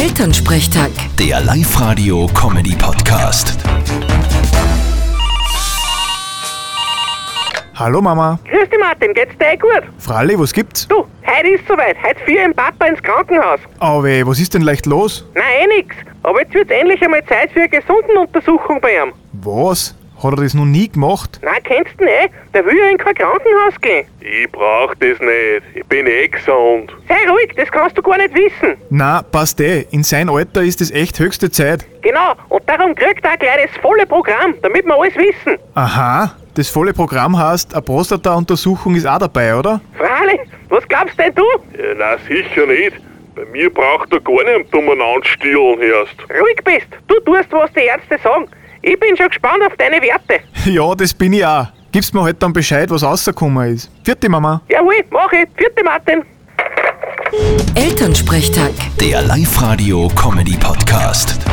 Elternsprechtag. Der Live-Radio-Comedy-Podcast. Hallo Mama. Grüß dich, Martin. Geht's dir eh gut? Fralli, was gibt's? Du, heute ist soweit. Heute führe ich den Papa ins Krankenhaus. Auwe, was ist denn leicht los? Na, eh nix. Aber jetzt wird's endlich einmal Zeit für eine gesunden Untersuchung bei ihm. Was? Hat er das noch nie gemacht? Na, kennst du ihn eh? Der will ja in kein Krankenhaus gehen. Ich brauch das nicht. Ich bin eh gesund. Sei ruhig, das kannst du gar nicht wissen. Na, passt eh. In sein Alter ist es echt höchste Zeit. Genau, und darum kriegt er auch gleich das volle Programm, damit wir alles wissen. Aha, das volle Programm heißt, eine Prostata-Untersuchung ist auch dabei, oder? Frali, was glaubst denn du? Ja, na Äh, sicher nicht. Bei mir braucht er gar nicht um umeinander stillen erst. Ruhig bist. Du tust, was die Ärzte sagen. Ich bin schon gespannt auf deine Werte. Ja, das bin ich auch. Gibst mir halt dann Bescheid, was rausgekommen ist. Vierte Mama. Jawohl, mach ich. Vierte Martin. Elternsprechtag. Der Live-Radio-Comedy-Podcast.